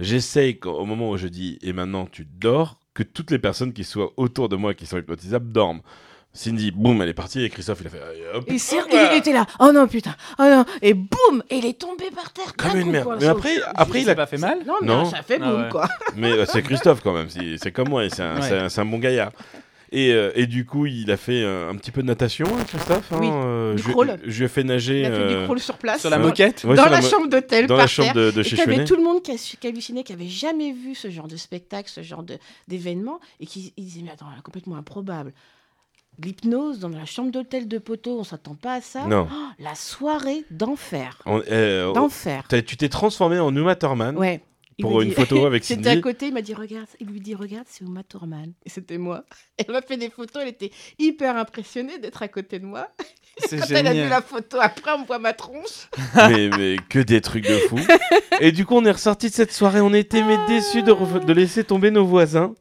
Speaker 2: j'essaye qu'au- au moment où je dis et maintenant tu dors, que toutes les personnes qui soient autour de moi qui sont hypnotisables dorment. Cindy, boum, elle est partie et Christophe, il a fait Allez, hop,
Speaker 1: Et c'est-
Speaker 2: voilà.
Speaker 1: il était là. Oh non, putain. Oh non. Et boum, et il est tombé par terre. d'un
Speaker 2: comme une
Speaker 1: coup,
Speaker 2: merde.
Speaker 1: quoi,
Speaker 2: Mais
Speaker 1: sauf-
Speaker 2: après, après il a.
Speaker 3: pas fait mal
Speaker 1: Non, mais
Speaker 2: Non.
Speaker 1: ça fait
Speaker 3: Ah
Speaker 1: boum,
Speaker 3: ouais.
Speaker 1: quoi.
Speaker 2: Mais euh, c'est Christophe quand même, c'est c'est comme moi, et c'est un,
Speaker 3: Ouais.
Speaker 2: c'est un- c'est un bon gaillard. Et, euh, et du coup, il a fait euh, un petit peu de natation, hein, Christophe. hein,
Speaker 1: Oui,
Speaker 2: euh,
Speaker 1: du
Speaker 2: je,
Speaker 1: crawl.
Speaker 2: je lui ai fait nager
Speaker 1: Il a fait
Speaker 2: euh,
Speaker 1: du crawl sur place.
Speaker 3: Sur la
Speaker 2: Ouais.
Speaker 3: moquette
Speaker 2: ouais,
Speaker 1: dans
Speaker 2: sur
Speaker 1: la,
Speaker 2: mo-
Speaker 1: chambre d'hôtel,
Speaker 2: dans
Speaker 1: par
Speaker 2: la chambre
Speaker 1: terre.
Speaker 2: de, de
Speaker 1: Et
Speaker 2: Chichounet.
Speaker 1: t'avais tout le monde qui, a su- qui hallucinait, qui avait jamais vu ce genre de spectacle, ce genre de- d'événement, et qui il disait, mais attends, complètement improbable. L'hypnose dans la chambre d'hôtel de Poteau, on s'attend pas à ça.
Speaker 2: Non.
Speaker 1: Oh, la soirée d'enfer.
Speaker 2: On- euh,
Speaker 1: D'enfer.
Speaker 2: T'as- Tu t'es transformé en Uma Thurman.
Speaker 1: Ouais. Il
Speaker 2: Pour
Speaker 1: me
Speaker 2: une photo avec
Speaker 1: C'était
Speaker 2: Cindy.
Speaker 1: à côté, il m'a dit regarde, il lui dit regarde, c'est Uma Thurman. Et c'était moi. Elle m'a fait des photos, elle était hyper impressionnée d'être à côté de moi.
Speaker 3: C'est
Speaker 1: Quand elle a vu
Speaker 3: génial.
Speaker 1: la photo, après on voit ma tronche.
Speaker 2: mais, mais que des trucs de fou. Et du coup, on est ressorti de cette soirée. On était mais déçus de, ref- de laisser tomber nos voisins.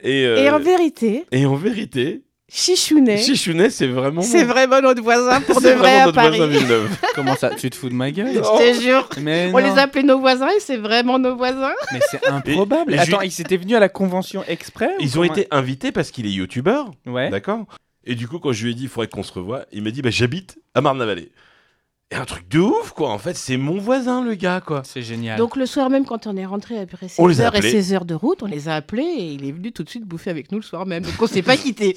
Speaker 2: Et, euh,
Speaker 1: Et en vérité,
Speaker 2: et en vérité,
Speaker 1: Chichounet,
Speaker 2: Chichounet, c'est vraiment.
Speaker 1: c'est
Speaker 2: mon-
Speaker 1: vraiment notre voisin pour de
Speaker 2: c'est
Speaker 1: vrai
Speaker 2: vraiment
Speaker 1: à
Speaker 2: notre
Speaker 1: Paris.
Speaker 2: voisin Villeneuve.
Speaker 3: Comment ça Tu te fous de ma gueule
Speaker 2: Non.
Speaker 1: Je te jure.
Speaker 3: Mais
Speaker 1: On
Speaker 3: non.
Speaker 1: les appelait nos voisins et c'est vraiment nos voisins.
Speaker 3: Mais c'est improbable.
Speaker 2: Et- et
Speaker 3: Attends,
Speaker 2: Ju-
Speaker 3: ils s'étaient venus à la convention exprès ou
Speaker 2: Ils ont
Speaker 3: comment-
Speaker 2: été invités parce qu'il est youtubeur.
Speaker 3: Ouais.
Speaker 2: D'accord Et du coup, quand je lui ai dit, il faudrait qu'on se revoie, il m'a dit, bah, j'habite à Marne-la-Vallée. Et un truc de ouf, quoi. En fait, c'est mon voisin, le gars, quoi.
Speaker 3: Ah, C'est génial.
Speaker 1: Donc le soir même, quand on est rentré après 16
Speaker 2: On les a
Speaker 1: heures et
Speaker 2: appelés.
Speaker 1: 16 heures de route, on les a appelés et il est venu tout de suite bouffer avec nous le soir même. Donc on s'est pas quitté.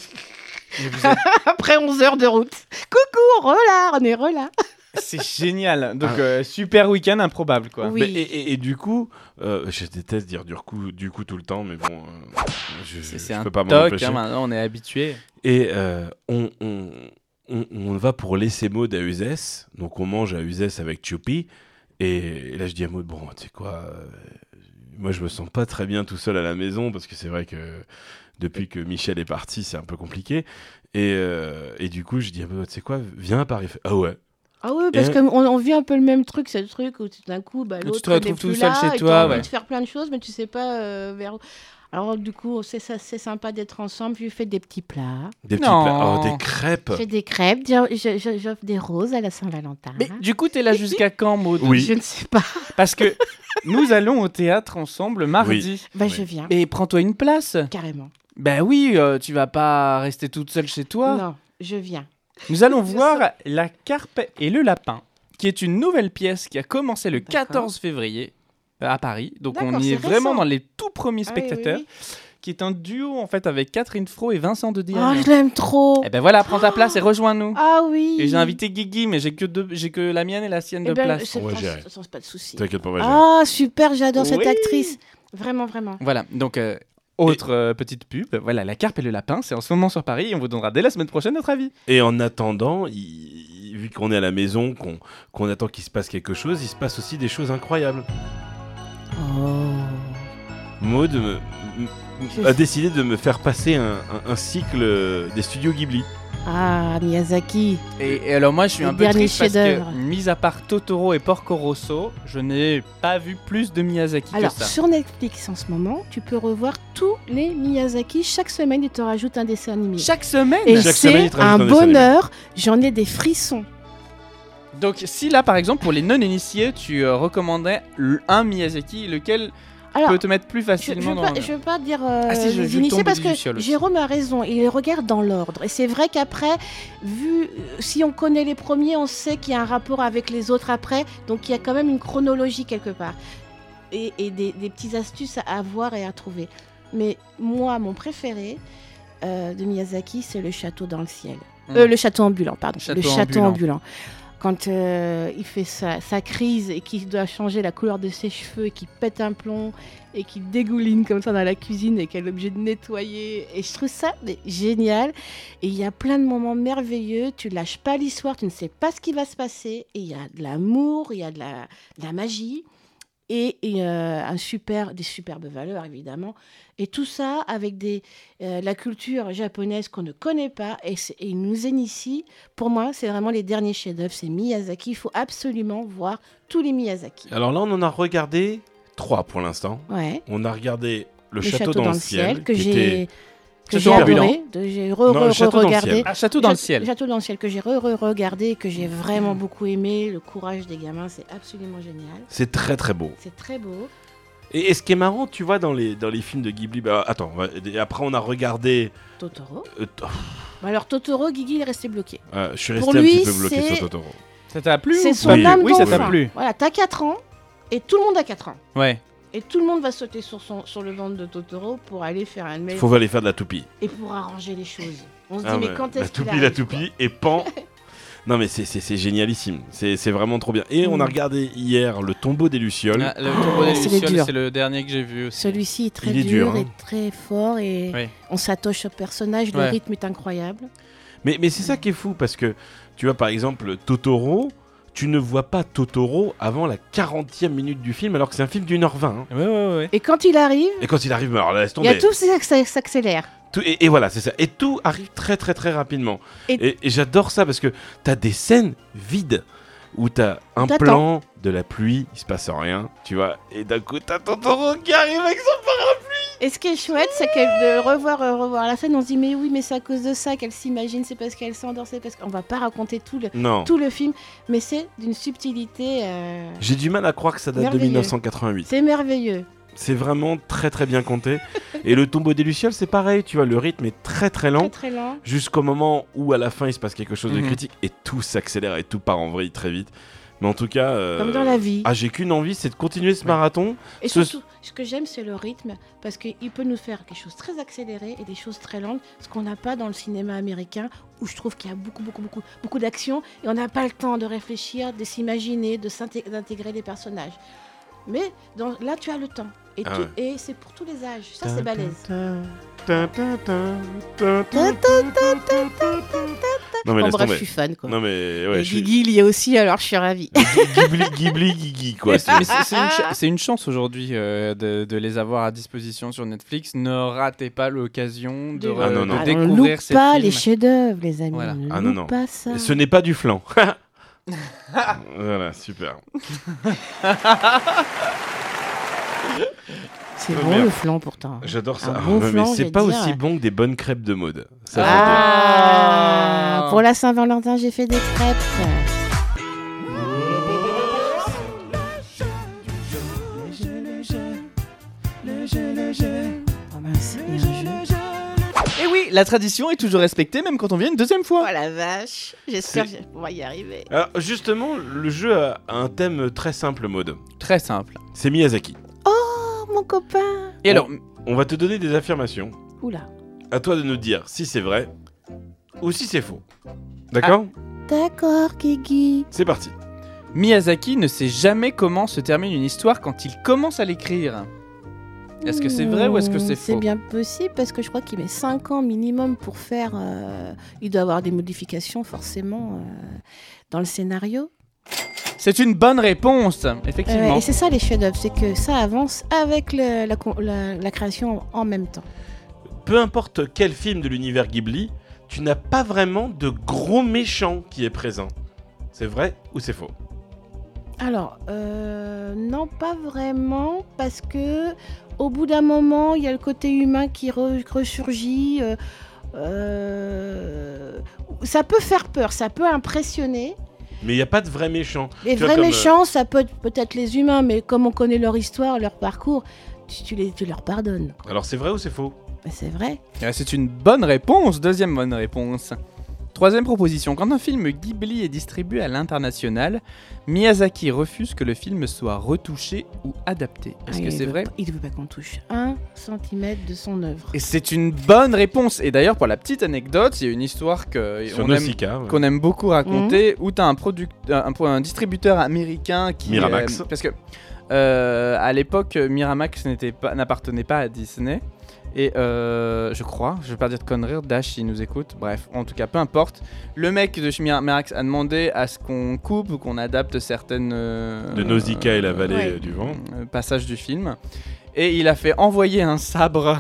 Speaker 3: Et vous êtes-
Speaker 1: Après 11 heures de route. Coucou, relà, on est relà.
Speaker 3: C'est génial.
Speaker 2: Ah.
Speaker 3: Donc euh, super week-end improbable quoi.
Speaker 1: Oui.
Speaker 2: Mais- et, et- et du coup, euh, je déteste dire du coup, du coup tout le temps, mais bon, euh, je,
Speaker 3: C'est-
Speaker 2: je
Speaker 3: C'est un
Speaker 2: peux pas m'en
Speaker 3: toc.
Speaker 2: empêcher.
Speaker 3: hein, maintenant, on est
Speaker 1: Mhm.
Speaker 3: habitué.
Speaker 2: Et euh, on, on, on, on va pour l'essai mode à Uzès. Donc on mange à Uzès avec Choupi. Et, et là je dis à Maud, bon, tu sais quoi, euh, moi je me sens pas très bien tout seul à la maison parce que c'est vrai que depuis que Michel est parti, c'est un peu compliqué. Et, euh, et du coup, je dis à Maud, tu sais quoi, viens à Paris. Elle fait, Ah ouais.
Speaker 1: Ah oui, parce
Speaker 2: Et- euh,
Speaker 1: qu'on on vit un peu le même truc, ce truc où tout d'un coup, bah,
Speaker 3: te
Speaker 1: l'autre n'est
Speaker 3: retrouves
Speaker 1: plus
Speaker 3: tout seul
Speaker 1: là
Speaker 3: chez
Speaker 1: et t'as
Speaker 3: toi,
Speaker 1: envie
Speaker 3: ouais.
Speaker 1: de faire plein de choses, mais tu sais pas euh, vers où. Alors du coup, c'est ça- c'est sympa d'être ensemble. Je lui fais des petits plats,
Speaker 2: Des petits
Speaker 3: Non.
Speaker 2: plats- oh, des crêpes.
Speaker 1: je fais des crêpes, je- je- je- j'offre des roses à la Saint-Valentin.
Speaker 3: Mais du coup, t'es là jusqu'à quand, Maud
Speaker 2: Oui.
Speaker 1: Je ne sais pas.
Speaker 3: Parce que nous allons au théâtre ensemble mardi.
Speaker 1: Bah,
Speaker 2: Oui.
Speaker 1: je viens
Speaker 3: Et prends-toi une place.
Speaker 1: carrément.
Speaker 3: Ben oui, euh, tu vas pas rester toute seule chez toi.
Speaker 1: Non, je viens.
Speaker 3: Nous allons
Speaker 1: C'est
Speaker 3: voir La Carpe et le Lapin, qui est une nouvelle pièce qui a commencé le
Speaker 1: D'accord.
Speaker 3: 14 février euh, à Paris. Donc on
Speaker 1: D'accord,
Speaker 3: y est,
Speaker 1: c'est
Speaker 3: vraiment
Speaker 1: récent.
Speaker 3: dans les tout premiers
Speaker 1: Ah oui, oui,
Speaker 3: spectateurs,
Speaker 1: oui.
Speaker 3: qui est un duo en fait avec Catherine Fro et Vincent de
Speaker 1: Ah,
Speaker 3: Diane.
Speaker 1: je l'aime trop.
Speaker 3: Eh ben voilà, prends ta place et rejoins-nous.
Speaker 1: Ah oui.
Speaker 3: Et j'ai invité Guigui, mais j'ai que, deux- j'ai que la mienne et la sienne
Speaker 1: Eh
Speaker 3: de
Speaker 1: ben,
Speaker 3: place.
Speaker 1: c'est
Speaker 2: On va
Speaker 1: pas-
Speaker 2: gérer.
Speaker 1: c'est pas de souci.
Speaker 2: T'inquiète pas, moi, j'ai-
Speaker 1: Ah super, j'adore cette
Speaker 3: Oui.
Speaker 1: actrice. Vraiment, vraiment.
Speaker 3: Voilà, donc euh, autre euh, petite pub, voilà, La Carpe et le Lapin, c'est en ce moment sur Paris et on vous donnera dès la semaine prochaine notre avis.
Speaker 2: Et en attendant, il- il- vu qu'on est à la maison, qu'on qu'on attend qu'il se passe quelque chose, il se passe aussi des choses incroyables. Oh. Maud me- m- m- a décidé de me faire passer un, un- un cycle euh, des studios Ghibli.
Speaker 1: Ah, Miyazaki.
Speaker 3: Et, et alors moi je suis
Speaker 1: Le
Speaker 3: un peu
Speaker 1: dernier
Speaker 3: triste parce
Speaker 1: chef-d'œuvre.
Speaker 3: que mis à part Totoro et Porco Rosso, je n'ai pas vu plus de Miyazaki
Speaker 1: Alors,
Speaker 3: que ça.
Speaker 1: sur Netflix en ce moment, tu peux revoir tous les Miyazaki. Chaque semaine, ils te rajoutent un dessin animé.
Speaker 3: Chaque semaine.
Speaker 1: Et
Speaker 2: Chaque semaine, ils
Speaker 1: c'est
Speaker 2: te
Speaker 1: un
Speaker 2: rajoutent un dessin animé.
Speaker 1: bonheur. J'en ai des frissons.
Speaker 3: Donc si là par exemple pour les non initiés tu euh, recommandais le- un Miyazaki, lequel
Speaker 1: Alors,
Speaker 3: peut te mettre plus
Speaker 1: je ne
Speaker 3: facilement
Speaker 1: veux,
Speaker 3: dans
Speaker 1: pas-
Speaker 3: le-
Speaker 1: je veux pas dire
Speaker 3: Ah si,
Speaker 1: euh,
Speaker 3: je- je vais
Speaker 1: les initiés
Speaker 3: tomber
Speaker 1: parce
Speaker 3: du
Speaker 1: que
Speaker 3: ciel aussi.
Speaker 1: Jérôme a raison, il les regarde dans l'ordre. Et c'est vrai qu'après, vu euh, si on connaît les premiers, on sait qu'il y a un rapport avec les autres après, donc il y a quand même une chronologie quelque part. Et, et des, des petites astuces à avoir et à trouver. Mais moi, mon préféré euh, de Miyazaki, c'est le château dans le ciel. Euh,
Speaker 3: Hmm.
Speaker 1: le château ambulant, pardon.
Speaker 3: Mmh. Château
Speaker 1: le château
Speaker 3: ambulant.
Speaker 1: ambulant. Quand euh, il fait sa, sa crise et qu'il doit changer la couleur de ses cheveux et qu'il pète un plomb et qu'il dégouline comme ça dans la cuisine et qu'elle est obligée de nettoyer. Et je trouve ça mais, génial. Et il y a plein de moments merveilleux. Tu lâches pas l'histoire, tu ne sais pas ce qui va se passer. Et il y a de l'amour, il y a de la, de la magie. Et, et, euh, un super, des superbes valeurs, évidemment. Et tout ça avec des, euh, la culture japonaise qu'on ne connaît pas. Et, c'est- et il nous initie. Pour moi, c'est vraiment les derniers chefs-d'œuvre. C'est Miyazaki. Il faut absolument voir tous les Miyazaki.
Speaker 2: Alors là, on en a regardé trois pour l'instant.
Speaker 1: Ouais.
Speaker 2: On a regardé Le, château, dans, le ciel,
Speaker 1: que
Speaker 2: qui était-
Speaker 1: j'ai que
Speaker 3: Château
Speaker 1: j'ai
Speaker 3: ambulant.
Speaker 1: adoré, de- j'ai re-
Speaker 2: Non, le
Speaker 1: re-
Speaker 2: château dans le ciel.
Speaker 1: regardé.
Speaker 3: Ah, château dans le
Speaker 1: Château-
Speaker 3: ciel.
Speaker 1: Château dans le ciel que j'ai re- re- regardé et que j'ai vraiment beaucoup aimé. Le courage des gamins, c'est absolument génial.
Speaker 2: C'est très très beau.
Speaker 1: C'est très beau.
Speaker 2: Et, et ce qui est marrant, tu vois, dans les, dans les films de Ghibli, bah, attends, on va- et après on a regardé.
Speaker 1: Totoro.
Speaker 2: euh, t-
Speaker 1: Bah alors Totoro, Guigui, il est resté bloqué.
Speaker 2: euh, je suis resté
Speaker 1: Pour
Speaker 2: un
Speaker 1: lui,
Speaker 2: petit peu bloqué
Speaker 1: c'est-
Speaker 2: sur Totoro.
Speaker 3: Ça t'a plu
Speaker 1: C'est
Speaker 3: ou
Speaker 1: son
Speaker 3: pas
Speaker 1: âme
Speaker 3: Oui, ça t'a
Speaker 1: d'enfant.
Speaker 3: plu.
Speaker 1: Voilà, t'as 4 ans et tout le monde a 4 ans.
Speaker 3: Ouais.
Speaker 1: Et tout le monde va sauter sur, son, sur le ventre de Totoro pour aller faire un mail
Speaker 2: Faut aller faire de la toupie.
Speaker 1: et pour arranger les choses. On se dit,
Speaker 2: Ah
Speaker 1: mais
Speaker 2: ouais,
Speaker 1: quand
Speaker 2: la
Speaker 1: est-ce qu'il
Speaker 2: toupie, la
Speaker 1: arrive, quoi
Speaker 2: toupie, et pan. Non mais c'est- c'est c'est génialissime, c'est c'est vraiment trop bien. Et on
Speaker 1: Mm.
Speaker 2: a regardé hier le tombeau des Lucioles.
Speaker 3: Ah, le Tombeau des
Speaker 1: c'est
Speaker 3: Lucioles,
Speaker 1: dur.
Speaker 3: c'est le dernier que j'ai vu aussi.
Speaker 1: Celui-ci est très
Speaker 2: Il est dur,
Speaker 1: dur,
Speaker 2: hein.
Speaker 1: et très fort et
Speaker 3: Oui.
Speaker 1: on s'attache au personnage. Le
Speaker 3: Ouais.
Speaker 1: rythme est incroyable.
Speaker 2: Mais, mais c'est ça qui est fou parce que tu vois par exemple Totoro, tu ne vois pas Totoro avant la 40e minute du film alors que c'est un film d'une heure 20. hein.
Speaker 3: Ouais, ouais, ouais.
Speaker 1: Et quand il arrive,
Speaker 2: Et quand il arrive, mais alors là, laisse
Speaker 1: il y a
Speaker 2: tomber.
Speaker 1: tout ça qui s'accélère.
Speaker 2: Tout- et, et voilà, c'est ça. Et tout arrive très très très rapidement.
Speaker 1: Et-
Speaker 2: Et, et j'adore ça parce que t'as des scènes vides où t'as un
Speaker 1: T'attends.
Speaker 2: plan de la pluie, il se passe rien, tu vois. Et d'un coup, t'as Totoro qui arrive avec son
Speaker 1: Et ce qui est chouette, c'est qu'elle de revoir, euh, revoir la scène, on se dit mais oui, mais c'est à cause de ça qu'elle s'imagine, c'est parce qu'elle s'endort, c'est parce qu'on va pas raconter tout le,
Speaker 2: Non.
Speaker 1: tout le film, mais c'est d'une subtilité. euh,
Speaker 2: J'ai du mal à croire que ça date de
Speaker 1: Merveilleux.
Speaker 2: 1988.
Speaker 1: C'est merveilleux.
Speaker 2: C'est vraiment très très bien compté. et le tombeau des Lucioles, c'est pareil, tu vois, le rythme est très très lent.
Speaker 1: Très très lent.
Speaker 2: jusqu'au moment où à la fin il se passe quelque chose de
Speaker 3: Mhm.
Speaker 2: critique et tout s'accélère et tout part en vrille très vite. Mais en tout cas, euh,
Speaker 1: Comme dans la vie.
Speaker 2: ah j'ai qu'une envie, c'est de continuer ce
Speaker 3: Ouais.
Speaker 2: marathon.
Speaker 1: Et
Speaker 2: ce-
Speaker 1: surtout, ce que j'aime, c'est le rythme, parce qu'il peut nous faire des choses très accélérées et des choses très lentes, ce qu'on n'a pas dans le cinéma américain, où je trouve qu'il y a beaucoup, beaucoup, beaucoup, beaucoup d'action, et on n'a pas le temps de réfléchir, de s'imaginer, de s'inté- d'intégrer les personnages. Mais dans- là, tu as le temps. Et,
Speaker 2: Ah
Speaker 1: tu-
Speaker 2: ouais.
Speaker 1: et c'est pour tous les âges. Ça, c'est balèze.
Speaker 2: Non mais
Speaker 1: En
Speaker 2: laisse
Speaker 1: bref, je suis
Speaker 2: tomber.
Speaker 1: fan, quoi.
Speaker 2: Non mais ouais,
Speaker 1: et
Speaker 2: je suis-
Speaker 1: Guigui, il y est aussi, alors je suis ravie.
Speaker 2: Ghibli, Ghibli, Guigui quoi. c'est-
Speaker 3: Mais c'est c'est une, cha- c'est une chance aujourd'hui euh, de, de les avoir à disposition sur Netflix. Ne ratez pas l'occasion de,
Speaker 2: Ah non,
Speaker 3: de
Speaker 2: non.
Speaker 1: Alors, on
Speaker 3: découvrir
Speaker 1: loupe
Speaker 3: ces
Speaker 1: pas
Speaker 3: films.
Speaker 1: les chefs-d'œuvre, les amis.
Speaker 3: Voilà.
Speaker 1: Ne
Speaker 2: Ah non,
Speaker 1: loupe
Speaker 2: non.
Speaker 1: pas ça.
Speaker 2: Ce n'est pas du flan. voilà, super.
Speaker 3: Euh,
Speaker 1: C'est
Speaker 2: Oh,
Speaker 1: bon
Speaker 2: merde.
Speaker 1: le flan pourtant.
Speaker 2: J'adore ça.
Speaker 1: Un
Speaker 2: Ah,
Speaker 1: bon
Speaker 2: mais
Speaker 1: flan,
Speaker 2: c'est
Speaker 1: j'ai
Speaker 2: pas
Speaker 1: dire.
Speaker 2: aussi bon que des bonnes crêpes de mode. Ça, j'adore.
Speaker 1: Ah,
Speaker 3: Ah.
Speaker 1: pour la Saint-Valentin, j'ai fait des crêpes. Ah, Oh mince, il y a un jeu.
Speaker 3: Et Eh oui, la tradition est toujours respectée, même quand on vient une deuxième fois.
Speaker 1: Oh la vache, j'espère
Speaker 2: C'est-
Speaker 1: que je vais pouvoir y arriver.
Speaker 2: Alors, justement, le jeu a a un thème très simple mode.
Speaker 3: Très simple.
Speaker 2: C'est Miyazaki.
Speaker 1: Oh mon copain
Speaker 3: Et alors,
Speaker 2: On va te donner des affirmations.
Speaker 1: Oula.
Speaker 2: À toi de nous dire si c'est vrai ou si c'est faux. D'accord
Speaker 3: Ah.
Speaker 1: D'accord, Kiki.
Speaker 2: C'est parti.
Speaker 3: Miyazaki ne sait jamais comment se termine une histoire quand il commence à l'écrire. Est-ce que c'est vrai ou est-ce que c'est
Speaker 1: Oh, C'est
Speaker 3: faux
Speaker 1: bien possible parce que je crois qu'il met 5 ans minimum pour faire. euh, Il doit avoir des modifications forcément euh, dans le scénario.
Speaker 3: C'est une bonne réponse, effectivement.
Speaker 1: Ouais, et c'est ça les chefs-d'œuvre, c'est que ça avance avec le- la, con- la- la création en même temps.
Speaker 2: Peu importe quel film de l'univers Ghibli, tu n'as pas vraiment de gros méchant qui est présent. C'est vrai ou c'est faux
Speaker 1: Alors, euh, non, pas vraiment, parce que au bout d'un moment, il y a le côté humain qui re- ressurgit. euh, euh, ça peut faire peur, ça peut impressionner.
Speaker 2: Mais il n'y a pas de vrai méchant.
Speaker 1: Les
Speaker 2: Tu vois,
Speaker 1: vrais
Speaker 2: comme, euh,
Speaker 1: méchants, ça peut être peut-être les humains, mais comme on connaît leur histoire, leur parcours, tu, tu les, tu leur pardonnes.
Speaker 2: Alors c'est vrai ou c'est faux
Speaker 1: Mais C'est vrai.
Speaker 3: Euh, C'est une bonne réponse, deuxième bonne réponse. Troisième proposition, quand un film Ghibli est distribué à l'international, Miyazaki refuse que le film soit retouché ou adapté. Est-ce
Speaker 1: Ah,
Speaker 3: que
Speaker 1: il
Speaker 3: c'est
Speaker 1: veut
Speaker 3: vrai
Speaker 1: pas- Il ne veut pas qu'on touche un centimètre de son œuvre.
Speaker 3: Et c'est une bonne réponse. Et d'ailleurs, pour la petite anecdote, il y a une histoire que
Speaker 2: Sur
Speaker 3: on aime,
Speaker 2: Nausicaa, ouais.
Speaker 3: qu'on aime beaucoup raconter, où t'as un, product- euh, un, un distributeur américain qui...
Speaker 2: Miramax.
Speaker 3: euh, parce que euh, à l'époque, Miramax n'était pas- n'appartenait pas à Disney. Et euh, je crois, je vais pas dire de conneries, Dash il nous écoute, bref, en tout cas peu importe. Le mec de chez Miramax a demandé à ce qu'on coupe ou qu'on adapte certaines... euh,
Speaker 2: De Nausicaa et la vallée
Speaker 1: ouais.
Speaker 2: euh, du vent.
Speaker 3: euh, passage du film. Et il a fait envoyer un sabre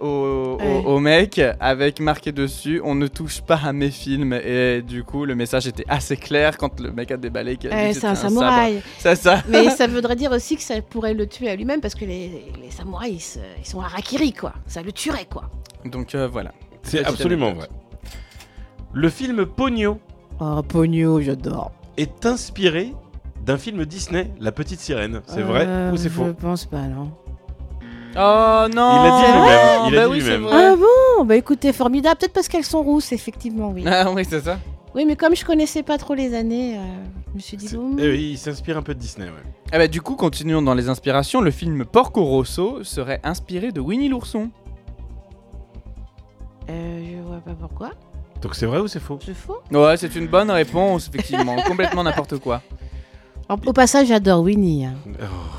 Speaker 3: au, au-
Speaker 1: Ouais.
Speaker 3: au mec avec marqué dessus On ne touche pas à mes films. Et du coup, le message était assez clair quand le mec a déballé. qu'il a dit
Speaker 1: Eh, c'est
Speaker 3: que c'était
Speaker 1: un
Speaker 3: sabre.
Speaker 1: samouraï.
Speaker 3: euh, C'est ça.
Speaker 1: Mais ça voudrait dire aussi que ça pourrait le tuer à lui-même parce que les, les samouraïs, ils, se- ils sont harakiri, quoi. Ça le tuerait, quoi.
Speaker 3: Donc euh, voilà.
Speaker 2: C'est
Speaker 3: Petite
Speaker 2: absolument vrai.
Speaker 3: anecdote.
Speaker 2: Le film Pogno
Speaker 1: Oh, Pogno, j'adore.
Speaker 2: est inspiré d'un film Disney, La Petite Sirène. C'est vrai
Speaker 3: Euh,
Speaker 2: ou c'est
Speaker 1: Euh, Je
Speaker 2: faux
Speaker 1: pense pas, non.
Speaker 3: Oh
Speaker 2: Il
Speaker 3: non
Speaker 2: l'a dit lui-même. Il
Speaker 3: Bah
Speaker 2: a dit
Speaker 3: oui, c'est
Speaker 2: lui-même.
Speaker 3: vrai.
Speaker 1: Ah bon Bah écoutez, formidable. Peut-être parce qu'elles sont rousses, effectivement, oui.
Speaker 3: Ah oui, c'est ça.
Speaker 1: Oui, mais comme je connaissais pas trop les années, euh, je me suis dit,
Speaker 2: C'est-
Speaker 1: bon,
Speaker 2: eh oui, il s'inspire un peu de Disney. ouais.
Speaker 3: Ah bah, du coup, continuons dans les inspirations. Le film Porco Rosso serait inspiré de Winnie l'ourson.
Speaker 1: euh, je vois pas pourquoi.
Speaker 2: Donc c'est vrai ou c'est faux
Speaker 1: C'est faux.
Speaker 3: Ouais, c'est une bonne réponse, effectivement. Complètement n'importe quoi.
Speaker 1: En- au passage, j'adore Winnie. hein.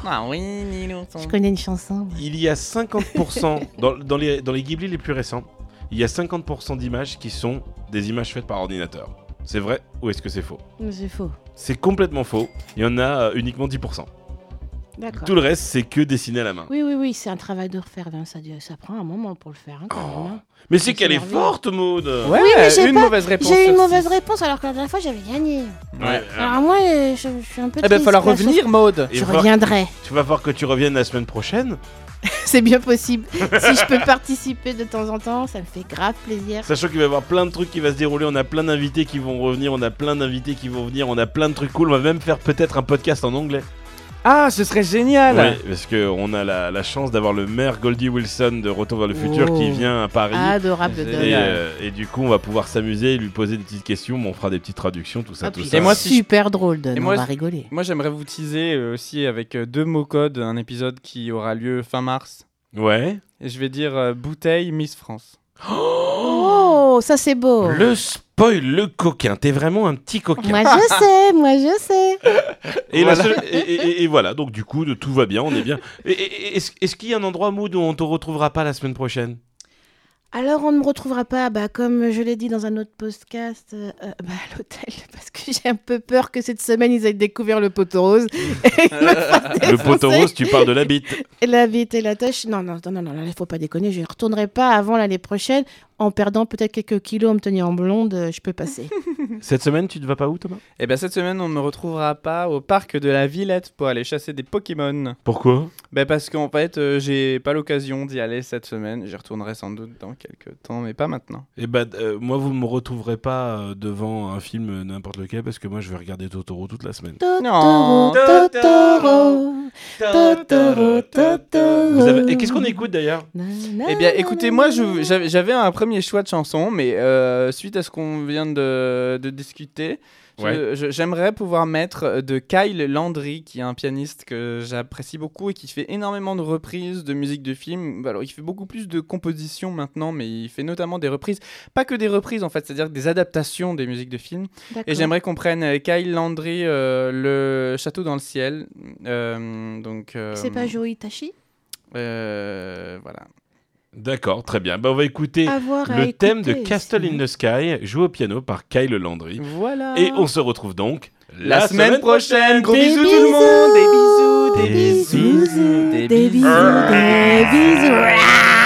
Speaker 3: Ah, Winnie l'ourson.
Speaker 1: Je connais une chanson.
Speaker 2: Oh. Il y a 50% dans, dans les, dans les Ghibli les plus récents, il y a 50% d'images qui sont des images faites par ordinateur. C'est vrai ou est-ce que c'est faux
Speaker 1: Mais C'est faux.
Speaker 2: C'est complètement faux. Il y en a euh, uniquement 10%.
Speaker 1: D'accord.
Speaker 2: Tout le reste, c'est que dessiné à la main.
Speaker 1: Oui, oui, oui, c'est un travail de refaire. hein. Ça, dure- ça prend un moment pour le faire, hein, quand
Speaker 2: Oh.
Speaker 1: même, hein.
Speaker 2: Mais c'est qu'elle est
Speaker 1: merveilleux.
Speaker 2: forte, Maud
Speaker 3: Ouais,
Speaker 1: Oui, mais j'ai
Speaker 3: une
Speaker 1: pas-
Speaker 3: mauvaise réponse.
Speaker 1: J'ai eu
Speaker 3: sur
Speaker 1: une mauvaise
Speaker 3: six.
Speaker 1: réponse alors que la dernière fois j'avais gagné.
Speaker 2: Ouais,
Speaker 1: Alors moi euh, je, je suis un peu.
Speaker 3: Eh ben,
Speaker 1: triste,
Speaker 3: falloir
Speaker 1: là, sur-
Speaker 3: revenir, Maude.
Speaker 2: Et
Speaker 1: Je
Speaker 2: voir-
Speaker 1: reviendrai.
Speaker 2: Tu vas voir que tu reviennes la semaine prochaine,
Speaker 1: C'est bien possible. si je peux participer de temps en temps, ça me fait grave plaisir.
Speaker 2: sachant qu'il va y avoir plein de trucs qui va se dérouler, on a plein d'invités qui vont revenir, on a plein d'invités qui vont venir, on a plein de trucs cool, on va même faire peut-être un podcast en anglais.
Speaker 3: Ah, ce serait génial.
Speaker 2: Ouais, parce qu'on a la, la chance d'avoir le maire Goldie Wilson de Retour vers le futur
Speaker 1: Oh.
Speaker 2: qui vient à Paris.
Speaker 1: Adorable de
Speaker 2: Et,
Speaker 3: Génial.
Speaker 2: euh, et du coup, on va pouvoir s'amuser, lui poser des petites questions, mais on fera des petites traductions, tout ça,
Speaker 1: Ah,
Speaker 2: tout
Speaker 1: puis
Speaker 2: ça.
Speaker 3: Et moi, si je-
Speaker 1: super drôle de.
Speaker 3: moi,
Speaker 1: on va
Speaker 3: si-
Speaker 1: rigoler.
Speaker 3: Moi, j'aimerais vous teaser euh, aussi avec euh, deux mots codes un épisode qui aura lieu fin mars.
Speaker 2: Ouais.
Speaker 3: Et je vais dire euh, bouteille Miss France.
Speaker 1: Oh, ça c'est beau.
Speaker 2: Le spoil, le coquin. T'es vraiment un petit coquin.
Speaker 1: Moi je sais, moi je sais.
Speaker 2: Et, la
Speaker 3: Voilà.
Speaker 2: seule- et- et- et- et voilà, donc du coup, de- tout va bien, on est bien. Et- et- et- Est-ce est-ce qu'il y a un endroit, Maud, où on te retrouvera pas la semaine prochaine
Speaker 1: Alors on ne me retrouvera pas, bah, comme je l'ai dit dans un autre podcast, euh, euh, bah, à l'hôtel, parce que j'ai un peu peur que cette semaine ils aient découvert le poteau rose. Et ils me fassent
Speaker 2: Le poteau
Speaker 1: défoncer.
Speaker 2: rose, tu parles de la bite.
Speaker 1: Et La vite et la tâche. Non, non, non, non, non, là, il faut pas déconner. Je ne retournerai pas avant l'année prochaine. En perdant peut-être quelques kilos, en me tenir en blonde, euh, je peux passer.
Speaker 2: Cette semaine, tu ne vas pas où, Thomas
Speaker 3: Et bien, Eh ben, cette semaine, on ne me retrouvera pas au parc de la Villette pour aller chasser des Pokémon.
Speaker 2: Pourquoi
Speaker 3: Ben, parce qu'en fait, euh, j'ai pas l'occasion d'y aller cette semaine. J'y retournerai sans doute dans quelques temps, mais pas maintenant.
Speaker 2: Eh ben, euh, moi, vous me retrouverez pas euh, devant un film euh, n'importe lequel parce que moi, je vais regarder Totoro toute la semaine.
Speaker 3: Non.
Speaker 1: Totoro, Totoro. Totoro, Totoro.
Speaker 2: Vous avez- Et qu'est-ce qu'on écoute d'ailleurs
Speaker 1: Na,
Speaker 3: Eh
Speaker 1: na,
Speaker 3: bien,
Speaker 1: na,
Speaker 3: écoutez,
Speaker 1: na,
Speaker 3: moi,
Speaker 1: na,
Speaker 3: je-
Speaker 1: na.
Speaker 3: j'avais j'avais un premier choix de chanson, mais euh, suite à ce qu'on vient de, de discuter, je-
Speaker 2: Ouais.
Speaker 3: je- j'aimerais pouvoir mettre euh, de Kyle Landry, qui est un pianiste que j'apprécie beaucoup et qui fait énormément de reprises de musique de film. Alors, il fait beaucoup plus de compositions maintenant, mais il fait notamment des reprises. Pas que des reprises, en fait, c'est-à-dire des adaptations des musiques de films. Et
Speaker 1: D'accord.
Speaker 3: j'aimerais qu'on prenne euh, Kyle Landry, euh, Le Château dans le Ciel. euh, donc, euh,
Speaker 1: C'est pas Joe Itachi
Speaker 3: euh, Voilà.
Speaker 2: D'accord, très bien. Bah, on va écouter
Speaker 1: Avoir à
Speaker 2: le thème de
Speaker 1: écouter,
Speaker 2: Castle in
Speaker 1: sinon.
Speaker 2: the Sky, joué au piano par Kyle Landry.
Speaker 3: Voilà.
Speaker 2: Et on se retrouve donc
Speaker 3: la, semaine, prochaine. Gros
Speaker 1: Des
Speaker 3: bisous, tout le monde. Des bisous,
Speaker 2: Des
Speaker 3: des bisous,
Speaker 1: Des bisous, des bisous.